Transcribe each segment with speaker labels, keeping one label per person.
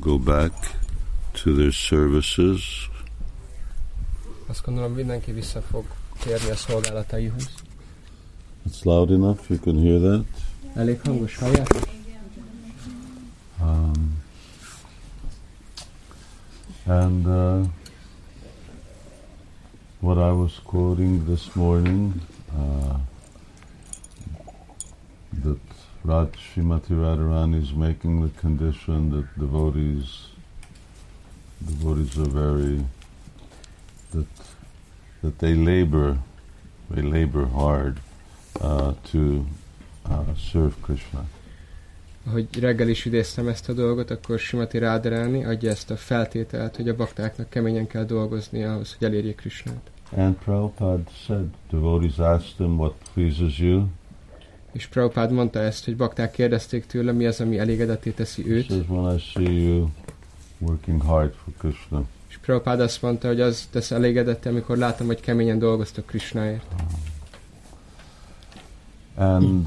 Speaker 1: go back to their services.
Speaker 2: Azt gondolom mindenki vissza fog térni a szolgálataihoz.
Speaker 1: It's loud enough, you can hear that.
Speaker 2: Elég hangos hallják?
Speaker 1: Um, and uh, what I was quoting this morning, uh, that Raj Srimati Radharani is making the condition that devotees, devotees are very, that, that they labor, they labor hard uh, to uh, serve Krishna.
Speaker 2: Ahogy reggel is idéztem ezt a dolgot, akkor Simati Ráderáni adja ezt a feltételt, hogy a baktáknak keményen kell dolgozni ahhoz, hogy elérjék Krisnát.
Speaker 1: And Prabhupada said, devotees asked him what pleases you.
Speaker 2: És Prabhupád mondta ezt, hogy bakták kérdezték tőle, mi az, ami elégedetté teszi
Speaker 1: He
Speaker 2: őt.
Speaker 1: says, when I see you working hard for Krishna.
Speaker 2: És Prabhupád azt mondta, hogy az tesz elégedetté, amikor látom, hogy keményen dolgoztok Krisnáért.
Speaker 1: And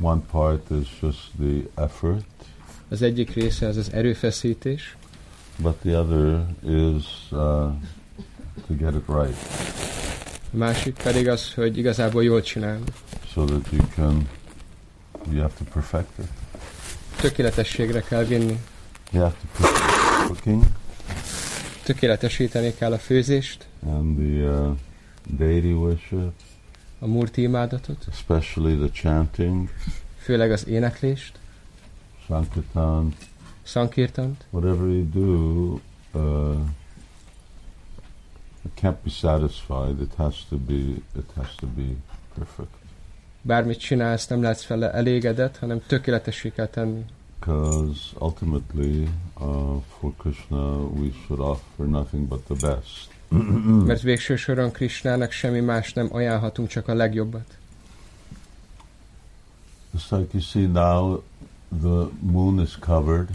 Speaker 1: one part is just the effort,
Speaker 2: Az egyik része az az erőfeszítés,
Speaker 1: but the other is uh, to get it right
Speaker 2: a másik pedig az, hogy igazából jól csinálunk.
Speaker 1: so that you can, you have to perfect it.
Speaker 2: Tökéletességre kell vinni.
Speaker 1: You have to perfect cooking
Speaker 2: Tökéletesíteni kell a főzést,
Speaker 1: and the uh, deity worship,
Speaker 2: a murti imádatot,
Speaker 1: especially the chanting,
Speaker 2: főleg az éneklést,
Speaker 1: sankirtan,
Speaker 2: szankirtant.
Speaker 1: whatever you do, uh, it can't be satisfied. It has to be. It has to be perfect
Speaker 2: Bármit csinálsz, nem lehetsz vele elégedett, hanem tökéletessé kell tenni.
Speaker 1: because ultimately, uh, for Krishna, we should offer nothing but the best.
Speaker 2: Mert végső soron Krisnának semmi más nem ajánlhatunk, csak a legjobbat.
Speaker 1: It's like you see now, the moon is covered,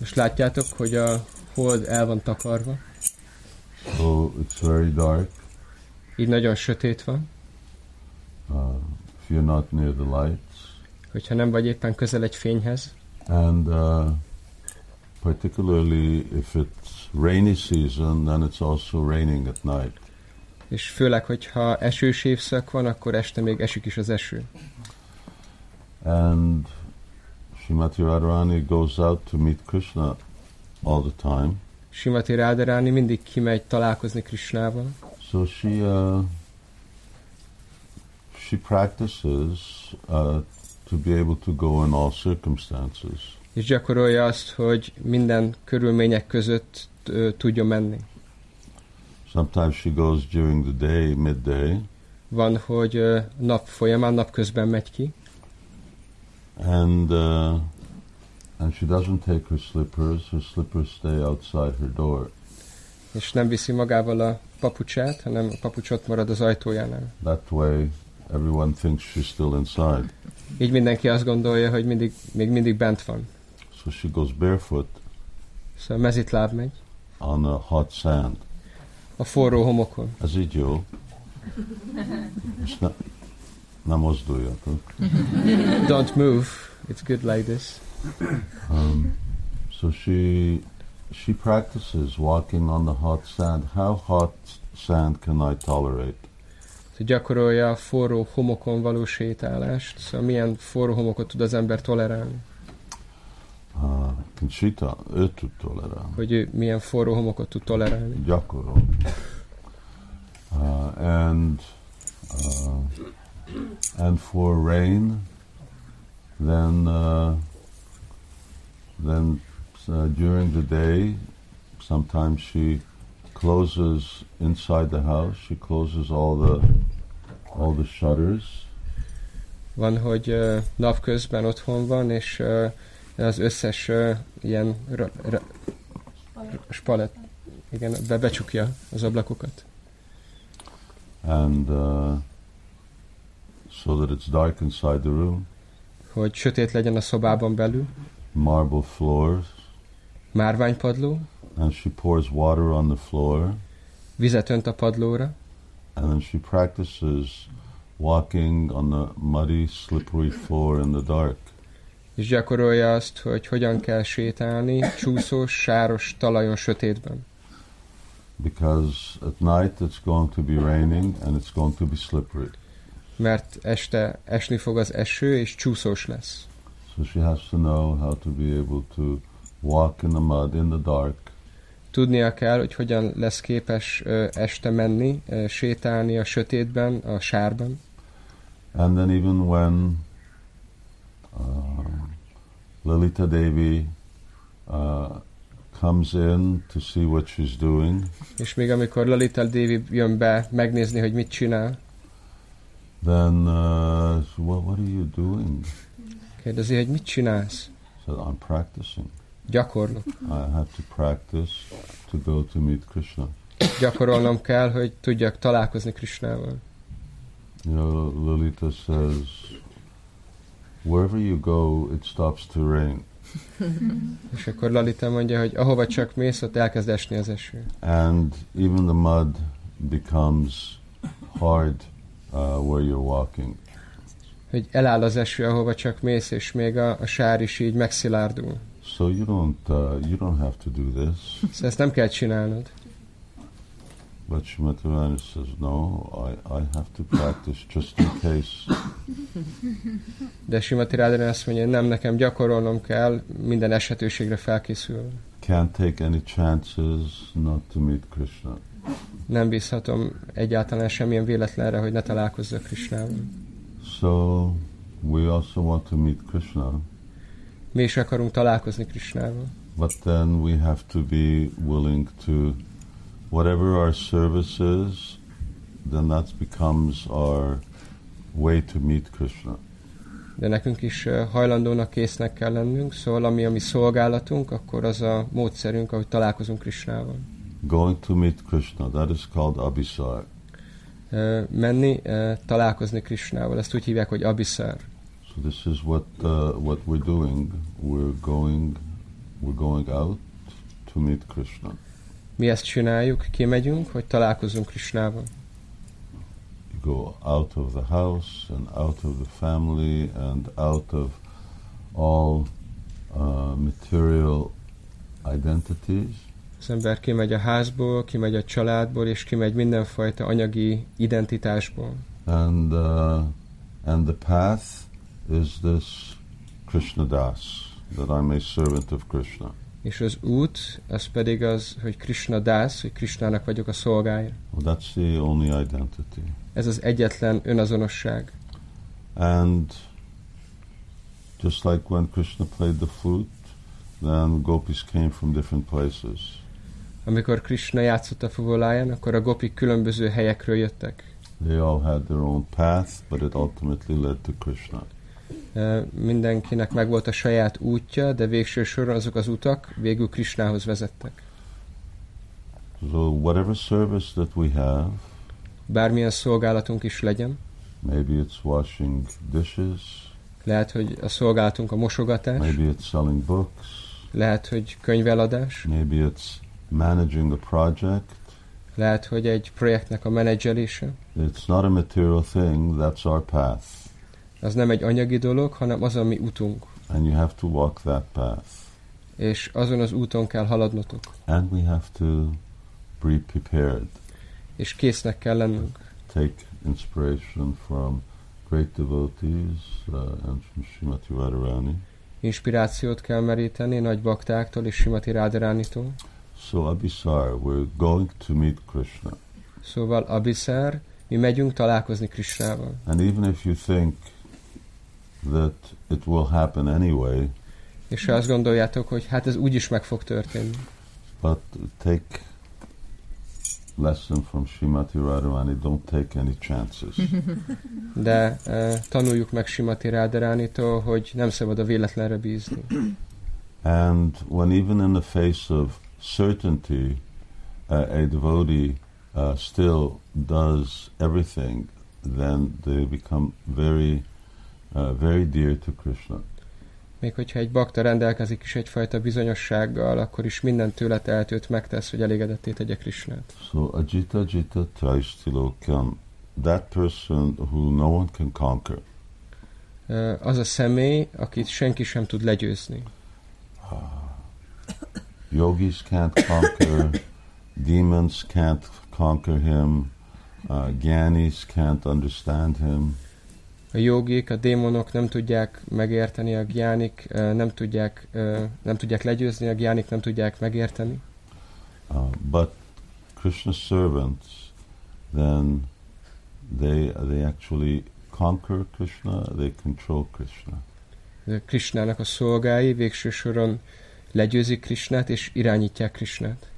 Speaker 2: Most látjátok, hogy a hold el van takarva,
Speaker 1: so it's very dark.
Speaker 2: így nagyon sötét van.
Speaker 1: Uh, if you're not near the lights,
Speaker 2: Hogyha nem vagy éppen közel egy fényhez,
Speaker 1: and uh, particularly if it's rainy season, then it's also raining at night.
Speaker 2: és főleg, hogyha esős évszak van, akkor este még esik is az eső.
Speaker 1: And Srimati Radharani goes out to meet Krishna all the time.
Speaker 2: Simati Ráderáni mindig kimegy találkozni Krisnával,
Speaker 1: So she uh, she practices uh, to be able to go in all circumstances.
Speaker 2: és gyakorolja azt, hogy minden körülmények között ö, tudjon menni.
Speaker 1: Sometimes she goes during the day, midday,
Speaker 2: Van, hogy ö, nap folyamán, napközben megy ki,
Speaker 1: and uh, and she doesn't take her slippers. Her slippers stay outside her door.
Speaker 2: és nem viszi magával a papucsát, hanem a papucsot marad az ajtójánál.
Speaker 1: That way, everyone thinks she's still inside.
Speaker 2: Így mindenki azt gondolja, hogy mindig, még mindig bent van.
Speaker 1: So she goes barefoot
Speaker 2: Szóval mezitláb megy.
Speaker 1: on the hot sand.
Speaker 2: A forró homokon.
Speaker 1: Ez így jó. Most ne, nem mozduljatok.
Speaker 2: Don't move, it's good like this.
Speaker 1: Um, so she she practices walking on the hot sand. How hot sand can I tolerate?
Speaker 2: Szóval gyakorolja a forró homokon való sétálást. Szóval milyen forró homokot tud az ember tolerálni.
Speaker 1: Uh, can she to- ő tud tolerálni.
Speaker 2: Hogy ő milyen forró homokot tud tolerálni.
Speaker 1: Gyakorol. Uh, and uh, and for rain, then uh, then uh, during the day, sometimes she closes inside the house. She closes all the all the shutters,
Speaker 2: Van, hogy ö, napközben otthon van, és ö, az összes ö, ilyen ra, ra, spalet, igen, be, becsukja az ablakokat.
Speaker 1: and uh, so that it's dark inside the room.
Speaker 2: Hogy sötét legyen a szobában belül.
Speaker 1: Marble floors,
Speaker 2: Márványpadló,
Speaker 1: and she pours water on the floor.
Speaker 2: vizet önt a padlóra,
Speaker 1: and then she practices walking on the muddy, slippery floor in the dark.
Speaker 2: és gyakorolja azt, hogy hogyan kell sétálni csúszós, sáros talajon, sötétben.
Speaker 1: because at night it's going to be raining and it's going to be slippery.
Speaker 2: Mert este esni fog az eső, és csúszós lesz.
Speaker 1: So she has to know how to be able to walk in the mud in the dark
Speaker 2: Tudnia kell, hogy hogyan lesz képes ö, este menni, ö, sétálni a sötétben, a sárban.
Speaker 1: And then even when um Lalitha Devi uh, comes in to see what she's doing,
Speaker 2: És még amikor Lalita Devi jön be megnézni, hogy mit csinál,
Speaker 1: then uh, she- what what are you doing?
Speaker 2: kérdezi, hogy mit csinálsz?
Speaker 1: She said, I'm practicing.
Speaker 2: Gyakorlok.
Speaker 1: I have to practice to go to meet Krishna.
Speaker 2: Gyakorolnom kell, hogy tudjak találkozni Krisnával.
Speaker 1: You know, Lolita says, wherever you go, it stops to rain.
Speaker 2: És akkor Lalita mondja, hogy ahova csak mész, ott elkezd esni az eső.
Speaker 1: And even the mud becomes hard uh, where you're walking.
Speaker 2: Hogy eláll az eső, ahova csak mész, és még a, a sár is így megszilárdul.
Speaker 1: So you don't, uh, you don't have to do this.
Speaker 2: Szóval ezt nem kell csinálnod.
Speaker 1: But Shrimati Rani says, no, I, I have to practice just in case.
Speaker 2: De Simati Ráderen azt mondja, nem, nekem gyakorolnom kell, minden eshetőségre felkészül.
Speaker 1: Can't take any chances not to meet Krishna.
Speaker 2: Nem bízhatom egyáltalán semmilyen véletlenre, hogy ne találkozzak Krisnával.
Speaker 1: So we also want to meet Krishna.
Speaker 2: Mi is akarunk találkozni Krisnával.
Speaker 1: But then we have to be willing to, whatever our service is, then that becomes our way to meet Krishna.
Speaker 2: De nekünk is ö, hajlandónak, késznek kell lennünk, szóval ami a mi szolgálatunk, akkor az a módszerünk, ahogy találkozunk Krisnával.
Speaker 1: Going to meet Krishna, that is called abhisar.
Speaker 2: Ö, Menni, ö, találkozni Krisnával, ezt úgy hívják, hogy abiszár.
Speaker 1: So this is what uh, what we're doing. We're going, we're going out to meet Krishna.
Speaker 2: Mi ezt csináljuk, kimegyünk, hogy találkozunk Krisnával.
Speaker 1: You go out of the house and out of the family and out of all uh, material identities.
Speaker 2: Az ember kimegy a házból, kimegy a családból, és kimegy mindenfajta anyagi identitásból.
Speaker 1: and uh, and the path is this Krishna Das that I'm a servant of Krishna.
Speaker 2: És az út, az pedig az, hogy Krishna dász, hogy Krishnának vagyok a szolgája.
Speaker 1: Well, that's the only identity,
Speaker 2: Ez az egyetlen önazonosság.
Speaker 1: and just like when Krishna played the flute, then gopis came from different places.
Speaker 2: Amikor Krishna játszott a fuvoláján, akkor a gopik különböző helyekről jöttek.
Speaker 1: They all had their own path, but it ultimately led to Krishna.
Speaker 2: E, Mindenkinek megvolt a saját útja, de végső soron azok az utak végül Krishnához vezettek.
Speaker 1: So whatever service that we have,
Speaker 2: Bármilyen szolgálatunk is legyen,
Speaker 1: maybe it's washing dishes,
Speaker 2: lehet, hogy a szolgálatunk a mosogatás,
Speaker 1: maybe it's selling books,
Speaker 2: lehet, hogy könyveladás,
Speaker 1: Maybe it's managing a project.
Speaker 2: lehet, hogy egy projektnek a menedzselése.
Speaker 1: It's not a material thing, that's our path.
Speaker 2: Az nem egy anyagi dolog, hanem az, ami utunk.
Speaker 1: And you have to walk that path.
Speaker 2: És azon az úton kell haladnotok.
Speaker 1: And we have to be prepared.
Speaker 2: És késznek kell lennünk.
Speaker 1: Take inspiration from great devotees uh, and from Srimati Radharani.
Speaker 2: Inspirációt kell meríteni nagy baktáktól és Simati Ráderánitól.
Speaker 1: So, Abhisar, we're going to meet Krishna.
Speaker 2: Szóval Abisár, mi megyünk találkozni Krisnával.
Speaker 1: And even if you think that it will happen anyway,
Speaker 2: És ha azt gondoljátok, hogy hát ez úgyis meg fog történni.
Speaker 1: But take lesson from Srimati Radharani. Don't take any chances.
Speaker 2: De e, tanuljuk meg Simati Ráderánitól, hogy nem szabad a véletlenre bízni.
Speaker 1: and when even in the face of certainty, uh, a devotee uh, still does everything, then they become very, uh, very dear to Krishna.
Speaker 2: Még hogyha egy bakta rendelkezik is egyfajta bizonyossággal, akkor is minden tőle teltőt megtesz, hogy elégedetté tegye Krisnát.
Speaker 1: So Ajita Jita Traishtilokam, that person who no one can conquer.
Speaker 2: ö, E, az a személy, akit senki sem tud legyőzni.
Speaker 1: Yogis can't conquer, demons can't conquer him, uh, gyanis can't understand him.
Speaker 2: A jogik, a démonok nem tudják megérteni, a gyánik ö, nem tudják, ö, nem tudják legyőzni, a gyánik nem tudják megérteni.
Speaker 1: Uh, but Krishna's servants, then they they actually conquer Krishna, they control Krishna.
Speaker 2: Ö, Krishnának a szolgái végső soron legyőzik Krisnát és irányítják Krisnát.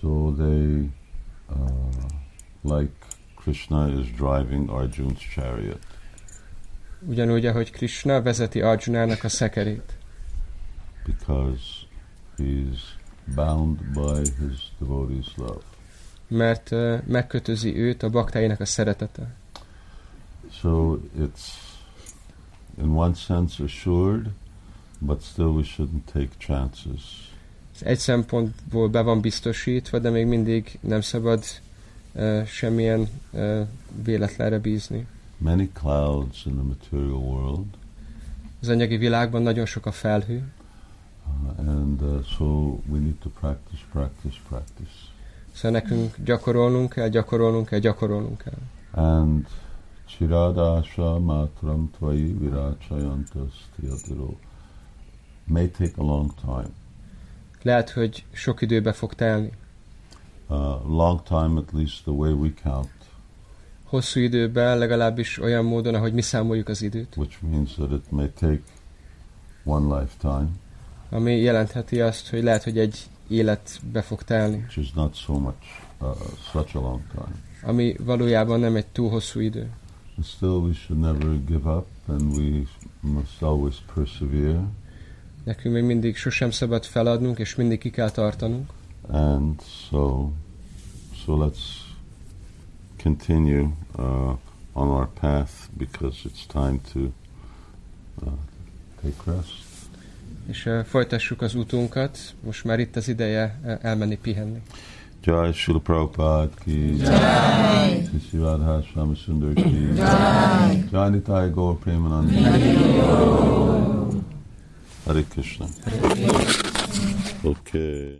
Speaker 1: So they, uh, like Krishna is driving Arjun's chariot.
Speaker 2: Ugyanúgy, ahogy Krishna vezeti Arjunának a szekerét,
Speaker 1: because he's bound by his devotee's love.
Speaker 2: mert ö, megkötözi őt a baktáinak a szeretete.
Speaker 1: So it's, in one sense, assured, but still we shouldn't take chances.
Speaker 2: Ez egy szempontból be van biztosítva, de még mindig nem szabad ö, semmilyen ö, véletlenre bízni.
Speaker 1: Many clouds in the material world,
Speaker 2: Az anyagi világban nagyon sok a felhő,
Speaker 1: uh, and uh, so we need to practice, practice, practice.
Speaker 2: szóval nekünk gyakorolnunk kell, gyakorolnunk kell, gyakorolnunk kell.
Speaker 1: And Chiradasha Matram Tvayi Virachayantas Tiyatiro may take a long time.
Speaker 2: Lehet, hogy sok időbe fog telni.
Speaker 1: Uh, long time, at least the way we count,
Speaker 2: Hosszú időben, legalábbis olyan módon, ahogy mi számoljuk az időt,
Speaker 1: which means that it may take one lifetime,
Speaker 2: ami jelentheti azt, hogy lehet, hogy egy élet be fog telni,
Speaker 1: which is not so much, uh, such a long time.
Speaker 2: ami valójában nem egy túl hosszú idő.
Speaker 1: And still, we should never give up, and we must always persevere.
Speaker 2: Nekünk még mindig sosem szabad feladnunk, és mindig ki kell tartanunk.
Speaker 1: And so, so let's continue uh, on our path because it's time to uh, take rest.
Speaker 2: És ö, folytassuk az utunkat, most már itt az ideje ö, elmenni pihenni.
Speaker 1: Jai Srila Prabhupada ki Jai Sri Radha Swami Sundar ki Jai Jai Nitai Gaur Premanand Hare Krishna Okay